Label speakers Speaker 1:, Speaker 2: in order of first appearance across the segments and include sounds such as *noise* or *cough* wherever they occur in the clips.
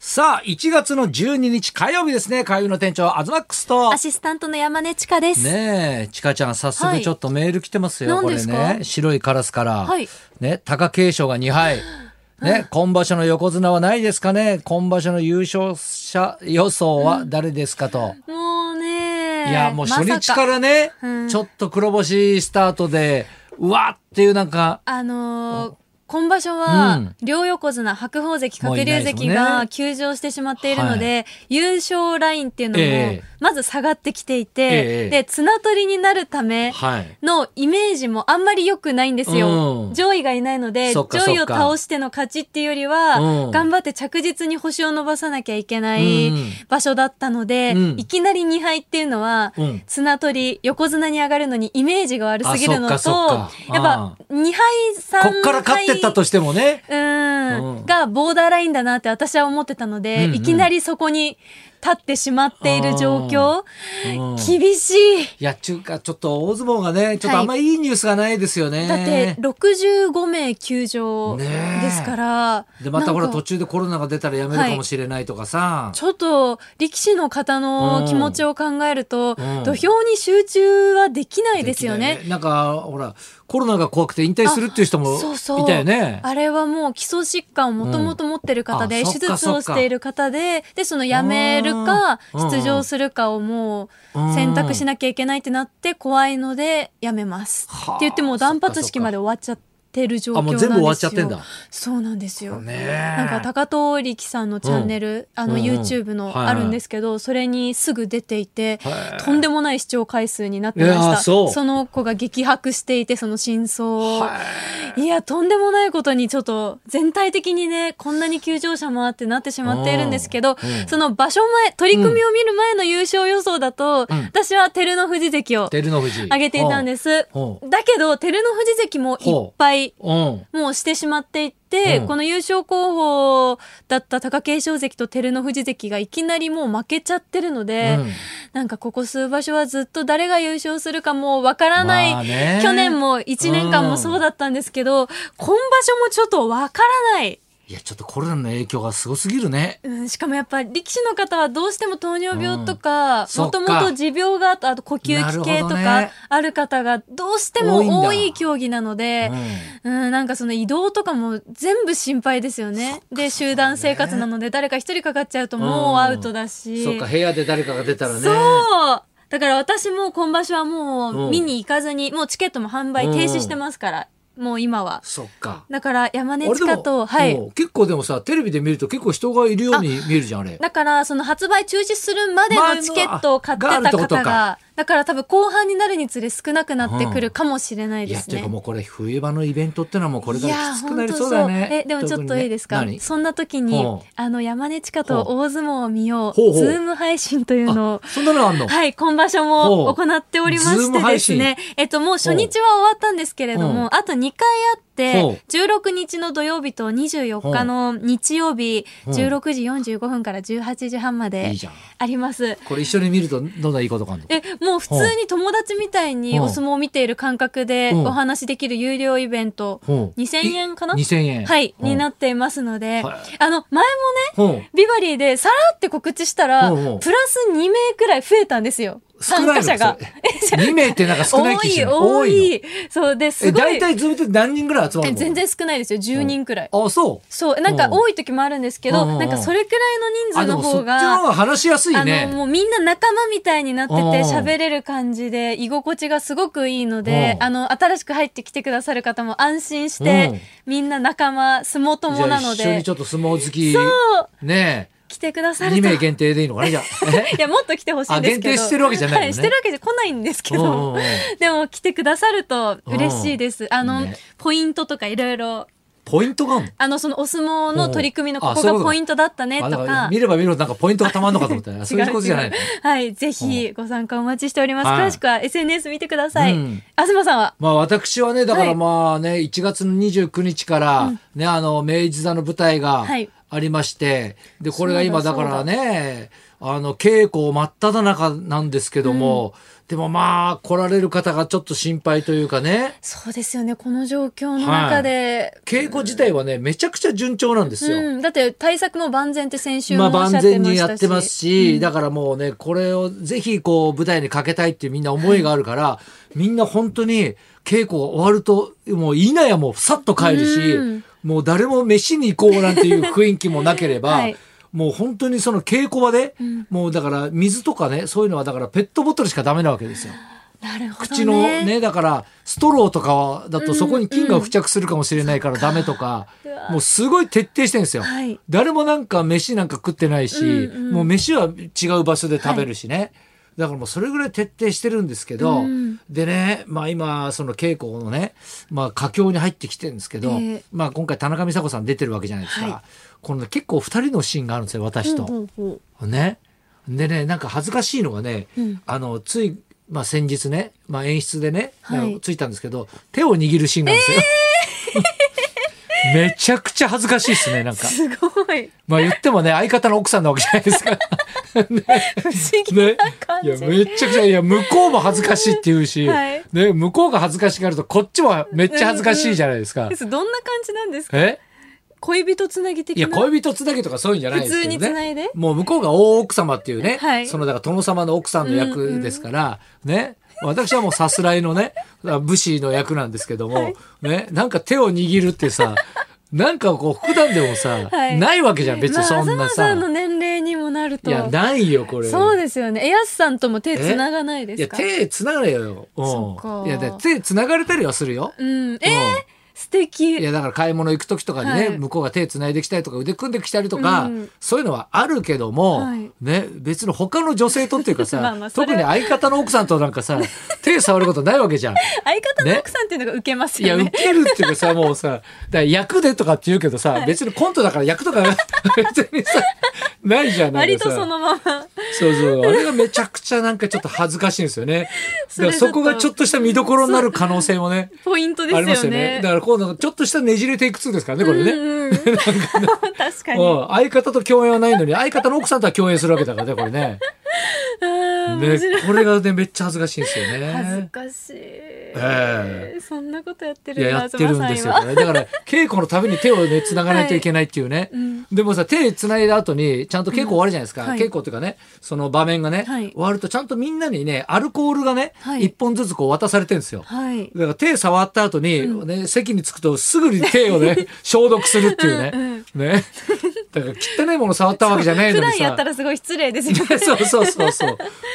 Speaker 1: さあ、1月の12日火曜日ですね。火曜日の店長、アズマックスと
Speaker 2: ア。シスタントの山根千佳です。
Speaker 1: ねえ、ちかちゃん、早
Speaker 2: は
Speaker 1: 速
Speaker 2: い
Speaker 1: ちょっとメール来てますよ、
Speaker 2: 何
Speaker 1: こ
Speaker 2: で
Speaker 1: れ
Speaker 2: すか
Speaker 1: ね。白いカラスから。
Speaker 2: はい
Speaker 1: ね、貴景勝が2敗。ね、今場所の横綱はないですかね今場所の優勝者予想は誰ですかと。
Speaker 2: もうね。
Speaker 1: いや、もう初
Speaker 2: ま
Speaker 1: 日
Speaker 2: さ
Speaker 1: からね、
Speaker 2: うん
Speaker 1: ちょっと黒星スタートで、うわっていうなんか、
Speaker 2: あのー今場所
Speaker 1: う
Speaker 2: は
Speaker 1: ん、
Speaker 2: 両横綱、白鵬関、
Speaker 1: もうい
Speaker 2: 鶴
Speaker 1: ない
Speaker 2: 竜
Speaker 1: ですもんね
Speaker 2: 関が休場してしまっているので、優勝ラインっていうの
Speaker 1: ええ
Speaker 2: も、まず下がってきていて、
Speaker 1: ええ
Speaker 2: で、綱取りになるため、
Speaker 1: はい。
Speaker 2: のイメージもあんまり良くないんですよ。
Speaker 1: うん
Speaker 2: 上位がいないので、
Speaker 1: そ
Speaker 2: 上
Speaker 1: っかそっか
Speaker 2: 位を倒しての勝ちっていうよりは、
Speaker 1: うん
Speaker 2: 頑張って着実に星を伸ばさなきゃいけない
Speaker 1: うん
Speaker 2: 場所だったので、
Speaker 1: うん
Speaker 2: いきなり2敗っていうのは、
Speaker 1: うん
Speaker 2: 綱取り、横綱に上がるのにイメージが悪すぎるのと、や
Speaker 1: あ
Speaker 2: っ
Speaker 1: そっかそっか
Speaker 2: ぱ2敗3
Speaker 1: こ
Speaker 2: 敗。
Speaker 1: っから勝ってったとしてもね。
Speaker 2: う
Speaker 1: うん
Speaker 2: ん、がボーダーラインだなって私は思ってたので、
Speaker 1: うんうん
Speaker 2: いきなりそこに立ってしまっている状
Speaker 1: う
Speaker 2: 況、
Speaker 1: ん
Speaker 2: 厳しい。
Speaker 1: いや、ちゅうか、ちょっと大相撲がね、ちょっとあんまいいニュースがないですよね。
Speaker 2: だって65名休場
Speaker 1: ねえ
Speaker 2: ですから、
Speaker 1: で、またほら
Speaker 2: なん
Speaker 1: 途
Speaker 2: か
Speaker 1: 中でコロナが出たらやめるかもしれないとかさ。
Speaker 2: ちょっと力士の方
Speaker 1: うん
Speaker 2: の気持ちを考えると、
Speaker 1: うん
Speaker 2: 土俵に集中はできないですよね。
Speaker 1: なんか、ほら、コロナが怖くて引退するっていう人も
Speaker 2: そうそう
Speaker 1: いたよね。
Speaker 2: あれはもう基礎疾患をもともと持ってる方で、
Speaker 1: うんあ
Speaker 2: 手術
Speaker 1: そっかそ
Speaker 2: を
Speaker 1: っか
Speaker 2: している方で、で、その辞めるか
Speaker 1: うんうん、
Speaker 2: 出場するかをも
Speaker 1: うん
Speaker 2: う選択しなきゃいけないってなって怖いので辞めます。
Speaker 1: はあ
Speaker 2: って言ってもう断髪式まで終わっちゃってる状況
Speaker 1: あ、
Speaker 2: なん
Speaker 1: も
Speaker 2: です
Speaker 1: う全
Speaker 2: よ。
Speaker 1: 部終わっちゃってんだ。
Speaker 2: そうなんですよ。
Speaker 1: ねえ
Speaker 2: なんか高藤力さんのチャンネル、あ
Speaker 1: う
Speaker 2: の
Speaker 1: んうん
Speaker 2: YouTube のあるんですけど、それにすぐ出ていて、とんでもない視聴回数になってま
Speaker 1: い
Speaker 2: し
Speaker 1: や
Speaker 2: た。
Speaker 1: そう
Speaker 2: の子が激白していて、その真相を。
Speaker 1: はい
Speaker 2: いや、とんでもないことにちょっと全体的にね、こんなに急上者もあってなってしまっているんですけど、
Speaker 1: うん
Speaker 2: その場所前、取り組みを見る前の優勝予想だと、
Speaker 1: うん
Speaker 2: 私は照ノ富士関を
Speaker 1: 照ノ富士。
Speaker 2: 挙げていたんです。
Speaker 1: ほう。
Speaker 2: だけど、照ノ富士関もいっぱい
Speaker 1: うん。
Speaker 2: もうしてしまっていって、
Speaker 1: うん
Speaker 2: この優勝候補だった貴景勝関と照ノ富士関がいきなりもう負けちゃってるので、
Speaker 1: うん
Speaker 2: なんかここ数場所はずっと誰が優勝するかもうわからない、
Speaker 1: まあね
Speaker 2: 去年も1年間もそうだったんですけど、今場所もちょっとわからない。
Speaker 1: いや、ちょっとコロナの影響がすごすぎるね。
Speaker 2: うん、しかもやっぱり力士の方はどうしても糖尿病とか
Speaker 1: ん、そっ
Speaker 2: も
Speaker 1: か
Speaker 2: ともと持病があと、あと呼吸器系と
Speaker 1: なるほどね
Speaker 2: かある方がどうしても
Speaker 1: 多いんだ
Speaker 2: 多い競技なの
Speaker 1: う
Speaker 2: で、
Speaker 1: ん
Speaker 2: うん、なんかその移動とかも全部心配ですよね。で、集団生活なので、誰か一人かかっちゃうともうアウトだし。
Speaker 1: そっか、部屋で誰かが出たらね。
Speaker 2: そうだから私も今場所はも
Speaker 1: うん
Speaker 2: う見に行かずに、もうチケットも販売停止してますから、もう今は。
Speaker 1: そっか。
Speaker 2: だから山根
Speaker 1: あれで
Speaker 2: 千
Speaker 1: も
Speaker 2: 佳と、はい。
Speaker 1: うん結構でもさ、テレビで見ると結構人がいるように見えるじゃん、あれ。
Speaker 2: だから、その発売中止するまで
Speaker 1: まあ
Speaker 2: のチケットを買って
Speaker 1: があるったてことか
Speaker 2: 方が、だから多分後半になるにつれ少なくなってくるかもしれない
Speaker 1: い
Speaker 2: で
Speaker 1: や、
Speaker 2: す
Speaker 1: て
Speaker 2: ね。
Speaker 1: いうかもうこれ冬場のイベントってのはもうこれ
Speaker 2: い
Speaker 1: から
Speaker 2: や
Speaker 1: きつくなりそうだよ
Speaker 2: 本
Speaker 1: ね
Speaker 2: 当。え、でもちょっといいですか、
Speaker 1: 特にね
Speaker 2: そんな時
Speaker 1: ほ
Speaker 2: に
Speaker 1: う、
Speaker 2: あの、山根千佳と大相撲を見よう、
Speaker 1: ほうほう
Speaker 2: ズーム配信というのを
Speaker 1: 何、そんなのあんの、
Speaker 2: はい、今場所
Speaker 1: ほう
Speaker 2: も行っておりま
Speaker 1: ズー
Speaker 2: し
Speaker 1: ム
Speaker 2: て
Speaker 1: 配
Speaker 2: で
Speaker 1: 信
Speaker 2: すね、えっと、もう初日は終わったんですけれど
Speaker 1: ほう
Speaker 2: も、あと2回あ
Speaker 1: ほ
Speaker 2: っ
Speaker 1: う
Speaker 2: て、16日の土曜日と24日の日曜日、
Speaker 1: ほう
Speaker 2: 16時45分から18時半ま
Speaker 1: い
Speaker 2: で
Speaker 1: いじゃん。
Speaker 2: あります。
Speaker 1: これ一緒に見るとどんないいことがあるの
Speaker 2: え、もう普通に友達みたいに
Speaker 1: ほう
Speaker 2: お相撲を見ている感覚で
Speaker 1: ほう
Speaker 2: お話しできる有料イベント、
Speaker 1: ほう
Speaker 2: 2000円かな
Speaker 1: 2000円。
Speaker 2: はい、
Speaker 1: うん
Speaker 2: になっていますので、
Speaker 1: はい
Speaker 2: あの、前もね、
Speaker 1: ほ
Speaker 2: ビバリーでさらって告知したら、
Speaker 1: おうおう
Speaker 2: プラス2名くらい増えたんですよ。
Speaker 1: う少
Speaker 2: 参
Speaker 1: ない
Speaker 2: 加
Speaker 1: の
Speaker 2: 者が。
Speaker 1: それ二名ってなんか少ない
Speaker 2: 多
Speaker 1: 気し
Speaker 2: い、
Speaker 1: ない
Speaker 2: 多
Speaker 1: の
Speaker 2: い。そうで、
Speaker 1: え、
Speaker 2: すご
Speaker 1: 大
Speaker 2: い。
Speaker 1: 体ズームって何人ぐらい集まる
Speaker 2: え
Speaker 1: の
Speaker 2: 全。然少ないですよ。10人くらい。
Speaker 1: あ、そ
Speaker 2: そう。なんか
Speaker 1: おう
Speaker 2: 多い時もあるんですけ
Speaker 1: おうおうお
Speaker 2: ど、
Speaker 1: う
Speaker 2: なんかそれく
Speaker 1: う。
Speaker 2: らいの人数の
Speaker 1: そっ
Speaker 2: 方
Speaker 1: ちの方
Speaker 2: が、
Speaker 1: が話しやすい
Speaker 2: あ
Speaker 1: ね。
Speaker 2: の、もうみんな仲間みたいになってて
Speaker 1: おうおう
Speaker 2: 喋れる感じで居心地がすごくいいので、
Speaker 1: おう
Speaker 2: あの、新しく入ってきてくださる方も安心し
Speaker 1: おう
Speaker 2: て、みんな仲間、相撲
Speaker 1: じゃ
Speaker 2: 友
Speaker 1: あ
Speaker 2: なの
Speaker 1: 一緒に
Speaker 2: で
Speaker 1: ち、ょっと相撲好き。
Speaker 2: そう
Speaker 1: ね
Speaker 2: 来てくだ
Speaker 1: え。
Speaker 2: さる
Speaker 1: 2
Speaker 2: と
Speaker 1: 名限定でいいのかなじゃあ。え
Speaker 2: いや、もっと来てほしいんですけど。
Speaker 1: あ限定してるわけじゃないのね
Speaker 2: はい、してるわけじゃ来ないん *laughs* ですけ
Speaker 1: うんうん
Speaker 2: ど
Speaker 1: うん。
Speaker 2: でも、来てくださると嬉しいです。あの、
Speaker 1: ね
Speaker 2: ポイントとかいろいろ。
Speaker 1: ポイントがあるの
Speaker 2: あの、そのお相撲の取り組みの
Speaker 1: うんあ
Speaker 2: ここ
Speaker 1: そういうこ
Speaker 2: が
Speaker 1: と
Speaker 2: ポイントだったね
Speaker 1: あ
Speaker 2: と
Speaker 1: だから
Speaker 2: か。
Speaker 1: 見れば見るほどなんかポイントがたまんのかと思った
Speaker 2: *laughs*
Speaker 1: ら、
Speaker 2: 違
Speaker 1: そういうことじゃないの
Speaker 2: 違うはい、ぜひご参加お待ちしております。
Speaker 1: はい
Speaker 2: 詳しくは SNS 見てください。
Speaker 1: うん
Speaker 2: 東さんは
Speaker 1: まあ私はね、だからまあね、1月の29日から、ね、あの、明治座の舞台が、
Speaker 2: はい
Speaker 1: ありましてでこれが今
Speaker 2: そ
Speaker 1: だ
Speaker 2: うだ
Speaker 1: からねあの稽古真っ只中なんですけども、でもまあ来られる方がちょっと心配というかね
Speaker 2: そうですよねこの状況の中で、
Speaker 1: 稽古自体はねめちゃくちゃ順調なんですよ。
Speaker 2: うん、だって対策も万全って先週
Speaker 1: ま
Speaker 2: もお
Speaker 1: あ
Speaker 2: っしゃって
Speaker 1: 万
Speaker 2: ましたし、
Speaker 1: 全にやってますし、だからもうねこれをぜひこう舞台にかけたいっていうみんな思いがあるから、みんな本当に稽古が終わるともういなやもうさっと帰るし、
Speaker 2: うん
Speaker 1: もう誰も飯に行こうなんていう雰囲気もなければ。
Speaker 2: はい
Speaker 1: もう本当にその稽古場で、もうだから水とかねそういうのはだからペットボトルしかダメなわけですよ。
Speaker 2: なるほど、ね、
Speaker 1: 口のねだからストローとかはだとそこに菌が付着するかもしれないからダメとか、
Speaker 2: うわ
Speaker 1: もうすごい徹底してるんですよ。
Speaker 2: はい
Speaker 1: 誰もなんか飯なんか食ってないし、
Speaker 2: うんうん
Speaker 1: もう飯は違う場所で食べるしね、だからもうそれぐらい徹底してるんですけど、
Speaker 2: うん
Speaker 1: でね、まあ、今その稽古のね、まあ、佳境に入ってきてるんですけど、
Speaker 2: ええ
Speaker 1: まあ、今回田中美佐子さん出てるわけじゃないですか、
Speaker 2: は
Speaker 1: このね結構2人のシーンがあるんですよ私と。
Speaker 2: ほうほうほ
Speaker 1: ね。でね、なんか恥ずかしいのがね、
Speaker 2: うん
Speaker 1: あの、つい、まあ、先日ね、まあ、演出でね、
Speaker 2: はい
Speaker 1: なんかついたんですけど、手を握るシーンなんですよ。 *laughs* めちゃくちゃ恥ずかしいですね、なん
Speaker 2: う
Speaker 1: か。
Speaker 2: すごい
Speaker 1: まあ言ってもね、相方の奥さんなわけじゃないですか。
Speaker 2: *laughs* 不思議
Speaker 1: ね
Speaker 2: な感。
Speaker 1: い
Speaker 2: じ、
Speaker 1: や、めちゃくちゃ、いや、向こうも恥ずかしいって言うし、
Speaker 2: はい
Speaker 1: ね、向こうが恥ずかしがると、こっちもめっちゃ恥ずかしいじゃないですか
Speaker 2: で。すどんな感じなんですか
Speaker 1: え
Speaker 2: 恋人つなぎ的
Speaker 1: い
Speaker 2: な
Speaker 1: や、恋人つなぎとかそういうんじゃないですけどね。
Speaker 2: 普通につないで
Speaker 1: もう向こうが大奥様っていうね、
Speaker 2: はい
Speaker 1: そのだから殿様の奥さんの役ですから、ね。私はもうさすらいのね、武士の役なんですけども、ね、なんか手を握るってさ、なんかこう、普段でもさ、
Speaker 2: はい
Speaker 1: ないわけじゃん、別にそん
Speaker 2: ま
Speaker 1: な
Speaker 2: あ、
Speaker 1: さ。
Speaker 2: 東の年齢にもなると
Speaker 1: いや、ないよ、これ。
Speaker 2: そうですよねエアスさんとも手つながないで
Speaker 1: いや、
Speaker 2: すか
Speaker 1: 手つながれよ。うん
Speaker 2: そうか
Speaker 1: いや、で手つながれたりはするよ。
Speaker 2: う
Speaker 1: う
Speaker 2: んえー
Speaker 1: ん
Speaker 2: 素敵
Speaker 1: いやだから買い物行く時とかにね、
Speaker 2: はい
Speaker 1: 向こうが手繋いできたりとか腕組んできたりとか、
Speaker 2: うん
Speaker 1: そういうのはあるけども、
Speaker 2: はい
Speaker 1: ね別の他の女性とっていうかさ
Speaker 2: *laughs* まあまあそれ
Speaker 1: 特に相方の奥さんとなんかさ手触ることないわけじ
Speaker 2: *laughs*
Speaker 1: ゃん。
Speaker 2: 相方の奥さんっていうのが受けます
Speaker 1: いや
Speaker 2: よ
Speaker 1: ウ
Speaker 2: ね。
Speaker 1: ケるっていうかさもうさだから役でとかって言うけどさ、別にコントだから役とか *laughs* 別にさないじゃんない
Speaker 2: 割とそのまま。
Speaker 1: そうそう。あれがめちゃくちゃなんかちょっと恥ずかしいんですよね。だか
Speaker 2: それ
Speaker 1: ら
Speaker 2: ちょ
Speaker 1: そ
Speaker 2: っと
Speaker 1: こがちょっとした見どころになる可能性もね。
Speaker 2: ポイントです
Speaker 1: あ
Speaker 2: よ
Speaker 1: り
Speaker 2: ね。
Speaker 1: ますよね。だから今度ちょっとしたねじれていくつですからね、これね。 *laughs*
Speaker 2: うんうん確かに。
Speaker 1: うん相方と共演はないのに、相方の奥さんとは共演するわけだからね、これね。
Speaker 2: あー面
Speaker 1: ね
Speaker 2: 白い。、
Speaker 1: これがね、めっちゃ恥ずかしいんですよね。
Speaker 2: 恥ずかしい。
Speaker 1: え
Speaker 2: そんなことやって
Speaker 1: い
Speaker 2: る
Speaker 1: や
Speaker 2: んだ、
Speaker 1: やってるんですよ
Speaker 2: 東さんは
Speaker 1: これだから稽古のために手をね繋がないといけないっていうね、
Speaker 2: うん
Speaker 1: でもさ手繋いだ後にちゃんと稽古終わるじゃないですか、
Speaker 2: うんはい
Speaker 1: 稽古っていうかねその場面がね、
Speaker 2: はい
Speaker 1: 終わるとちゃんとみんなにねアルコールがね、一
Speaker 2: はい
Speaker 1: 1本ずつこう渡されてるんですよ。
Speaker 2: はい。
Speaker 1: だから手触った後に、ね席に着くとすぐに手を
Speaker 2: *laughs*
Speaker 1: ね消毒するっていうね,、ね *laughs* だから汚いもの触ったわけじゃないの
Speaker 2: 普
Speaker 1: に
Speaker 2: 段や
Speaker 1: さ
Speaker 2: ったらすごい失礼ですよ
Speaker 1: *laughs*
Speaker 2: ね。
Speaker 1: そうそうそうそう、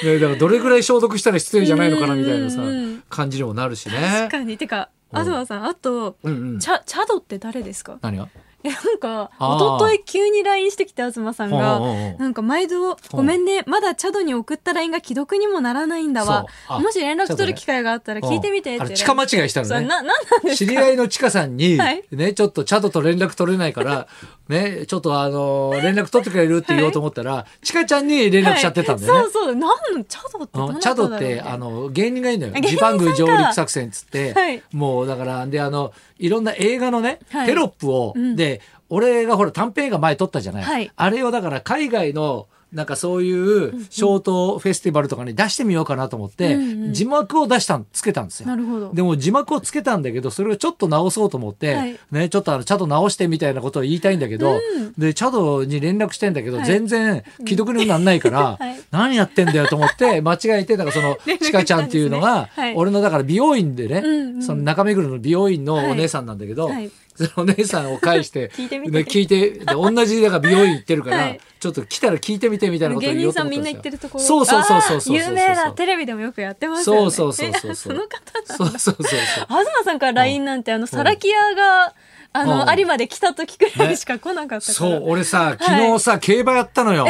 Speaker 1: ね、だからどれぐらい消毒したら失礼じゃないのかなみたいなさ
Speaker 2: うんうんうん
Speaker 1: 感じにもなるしね。
Speaker 2: 確かに。てか、
Speaker 1: うん
Speaker 2: 東さん、あと、
Speaker 1: うんうん、
Speaker 2: チャ、チャドって誰ですか
Speaker 1: 何が
Speaker 2: え、なんか、
Speaker 1: あー
Speaker 2: 一昨日急に LINE してきて、東さんが
Speaker 1: ほうほうほう、
Speaker 2: なんか毎度、ごめんね、まだチャドに送った LINE が既読にもならないんだわ
Speaker 1: そう。あ
Speaker 2: もし連絡取る機会があったら聞いてみてっ
Speaker 1: うん
Speaker 2: て。
Speaker 1: あれ、地下間違いした
Speaker 2: そ
Speaker 1: の
Speaker 2: う
Speaker 1: ね。
Speaker 2: な、なんなんですか
Speaker 1: 知り合いのチカさんに、
Speaker 2: はい
Speaker 1: ね、ちょっとチャドと連絡取れないから、ね、ちょっとあの、連絡取ってくれるって言おうと思ったら、チカちゃんに連絡しちゃってたんだよね。
Speaker 2: はいそうそう。なんチャドってど
Speaker 1: う
Speaker 2: なんた
Speaker 1: チャ
Speaker 2: だろう
Speaker 1: ドって
Speaker 2: みたいな
Speaker 1: あの芸人がいるのよ
Speaker 2: あ芸
Speaker 1: ジ
Speaker 2: 人さ
Speaker 1: パ
Speaker 2: ん
Speaker 1: ン
Speaker 2: か
Speaker 1: グ上陸作戦っつって、
Speaker 2: はい
Speaker 1: もうだからであのいろんな映画のね、
Speaker 2: はい
Speaker 1: テロップを、
Speaker 2: うん
Speaker 1: で俺がほら短編映画前撮ったじゃない、
Speaker 2: はい
Speaker 1: あれをだから海外のなんかそういうショートフェスティバルとかに出してみようかなと思って、
Speaker 2: うんうん
Speaker 1: 字幕を出したんつけたんですよ
Speaker 2: な。るほど。
Speaker 1: でも字幕をつけたんだけどそれをちょっと直そうと思って、
Speaker 2: はい
Speaker 1: ね、ちょっとあのチャド直してみたいなことを言いたいんだけど、
Speaker 2: うん
Speaker 1: でチャドに連絡してんだけど、
Speaker 2: はい
Speaker 1: 全然既読にもなんないから、
Speaker 2: *laughs* はい
Speaker 1: 何やってんだよと思
Speaker 2: *laughs*
Speaker 1: って間違えてだからその
Speaker 2: 連絡
Speaker 1: チカちゃんっていうのが、
Speaker 2: したんですねはい
Speaker 1: 俺のだから美容院でね、
Speaker 2: うんうん
Speaker 1: その中目黒の美容院のお姉さんなんだけど、
Speaker 2: はいはい
Speaker 1: そのお姉さんを介して
Speaker 2: *laughs* 聞いてみて
Speaker 1: で聞いてで同じだから美容院行ってるから、
Speaker 2: はい
Speaker 1: ちょっと来たら聞いてみてみたいなことを
Speaker 2: 芸
Speaker 1: 言お
Speaker 2: 人
Speaker 1: うと思
Speaker 2: さ
Speaker 1: った
Speaker 2: んみ
Speaker 1: んです
Speaker 2: んな行
Speaker 1: よ
Speaker 2: ってるところ。
Speaker 1: そうそうそうそうそうそう
Speaker 2: あー有名なテレビでもよくやってますよね。
Speaker 1: そうそうそうそうそう
Speaker 2: *laughs* えの方だ。
Speaker 1: そうそうそう
Speaker 2: *laughs*
Speaker 1: そう
Speaker 2: 東さんから LINE なんて、あの、サラキアが、あ
Speaker 1: う
Speaker 2: の、
Speaker 1: ん
Speaker 2: 有馬で来た時くらいしか来なかったか
Speaker 1: そう
Speaker 2: ら。
Speaker 1: 俺さ昨日さ、競馬やったのよ。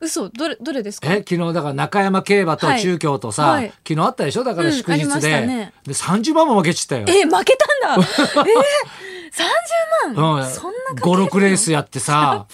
Speaker 2: 嘘、どれ、どれですか
Speaker 1: え昨日だから中山競馬と
Speaker 2: はい
Speaker 1: 中京とさ、
Speaker 2: はい
Speaker 1: 昨日あったでしょだから祝日
Speaker 2: うんありまし
Speaker 1: で,、
Speaker 2: たね
Speaker 1: で30万も負けちったよ。
Speaker 2: え、負け
Speaker 1: *laughs*
Speaker 2: たんだえー、
Speaker 1: う
Speaker 2: !30 万、
Speaker 1: ん、
Speaker 2: そんなかけるの
Speaker 1: 56レースやってさ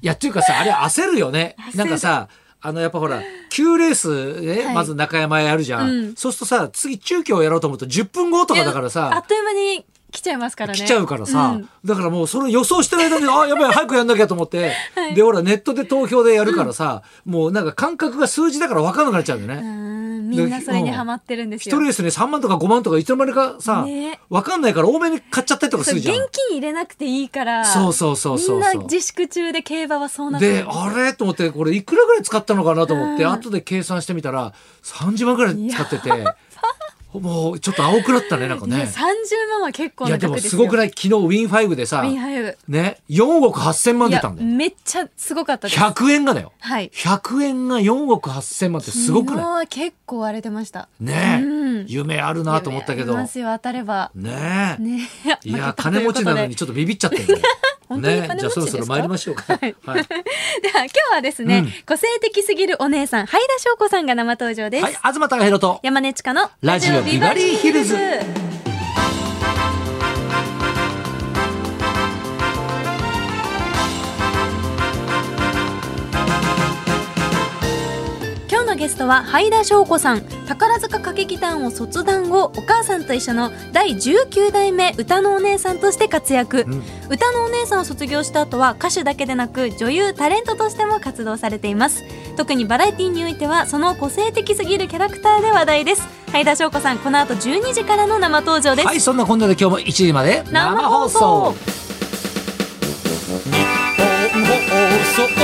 Speaker 1: いやっていうかさあれ焦るよねなんかさあのやっぱほら9レース、ね
Speaker 2: はい
Speaker 1: まず中山やるじゃん、
Speaker 2: うん
Speaker 1: そうするとさ次中京やろうと思うと10分後とかだから
Speaker 2: いやあ
Speaker 1: さ
Speaker 2: っという間に来ちゃいますからね
Speaker 1: 来ちゃうからさ、
Speaker 2: ん
Speaker 1: だからもうそれ予想してる間に、あ、やばい、早くやんなきゃと思って、で、ほら、ネットで投票でやるからさ、もうなんか感覚が数字だから分かんなくなっちゃうんだよ
Speaker 2: う
Speaker 1: ね。
Speaker 2: んみんなそれにハマってるんです
Speaker 1: 一、
Speaker 2: よ
Speaker 1: 人ですね、3万とか5万とかいつの間にかさ、
Speaker 2: ね
Speaker 1: 分かんないから多めに買っちゃったりとかす
Speaker 2: そう
Speaker 1: る
Speaker 2: 現
Speaker 1: じゃん。
Speaker 2: 金入れなくていいから
Speaker 1: そうそうそうそうそう
Speaker 2: みんな自粛中で競馬はそうなって
Speaker 1: で、あれと思って、これいくらぐらい使ったのかなと思って、
Speaker 2: うん
Speaker 1: 後で計算してみたら、30万ぐらい使ってて、もうちょっと青くなったね、なんか
Speaker 2: ね
Speaker 1: ね。
Speaker 2: 30万は結構
Speaker 1: い
Speaker 2: な
Speaker 1: や、
Speaker 2: 額
Speaker 1: でも
Speaker 2: です
Speaker 1: す
Speaker 2: よ
Speaker 1: ごくない昨日ウィンファイブでさ
Speaker 2: ウィ、ンハイブ
Speaker 1: ね、4億8 0万
Speaker 2: い
Speaker 1: 出
Speaker 2: や
Speaker 1: たんだよ。
Speaker 2: めっちゃすごかったです
Speaker 1: 100円がだよ。
Speaker 2: はい
Speaker 1: 100円が4億8000万ってすごくない
Speaker 2: い結構荒れてました
Speaker 1: ねえ、
Speaker 2: うん
Speaker 1: 夢あるなと思ったけど
Speaker 2: いやありま
Speaker 1: ね
Speaker 2: すよ当たれば
Speaker 1: え、
Speaker 2: ね
Speaker 1: いや金持ちなのにちょっとビビっちゃってるね
Speaker 2: *laughs* 本当に
Speaker 1: ね
Speaker 2: 金持ち
Speaker 1: じゃ
Speaker 2: ですか
Speaker 1: あそろそろ参りましょうか、
Speaker 2: はい
Speaker 1: はい
Speaker 2: では今日はですね、
Speaker 1: うん
Speaker 2: 個性的すぎるお姉さんはいだしょうこさんが生登場です、
Speaker 1: はい、東隆弘と
Speaker 2: 山根ちかの
Speaker 1: ラジオビバリーヒルズ
Speaker 2: 今日のゲストははいだしょうこさん宝塚歌劇団を卒団後お母さんと一緒の第19代目歌のお姉さんとして活躍、
Speaker 1: うん
Speaker 2: 歌のお姉さんを卒業した後は歌手だけでなく女優タレントとしても活動されています特にバラエティにおいてはその個性的すぎるキャラクターで話題ですはい田翔子さんこの後12時からの生登場です、
Speaker 1: はいそんなこんなで今日も1時まで
Speaker 2: 生放送
Speaker 1: 日本放送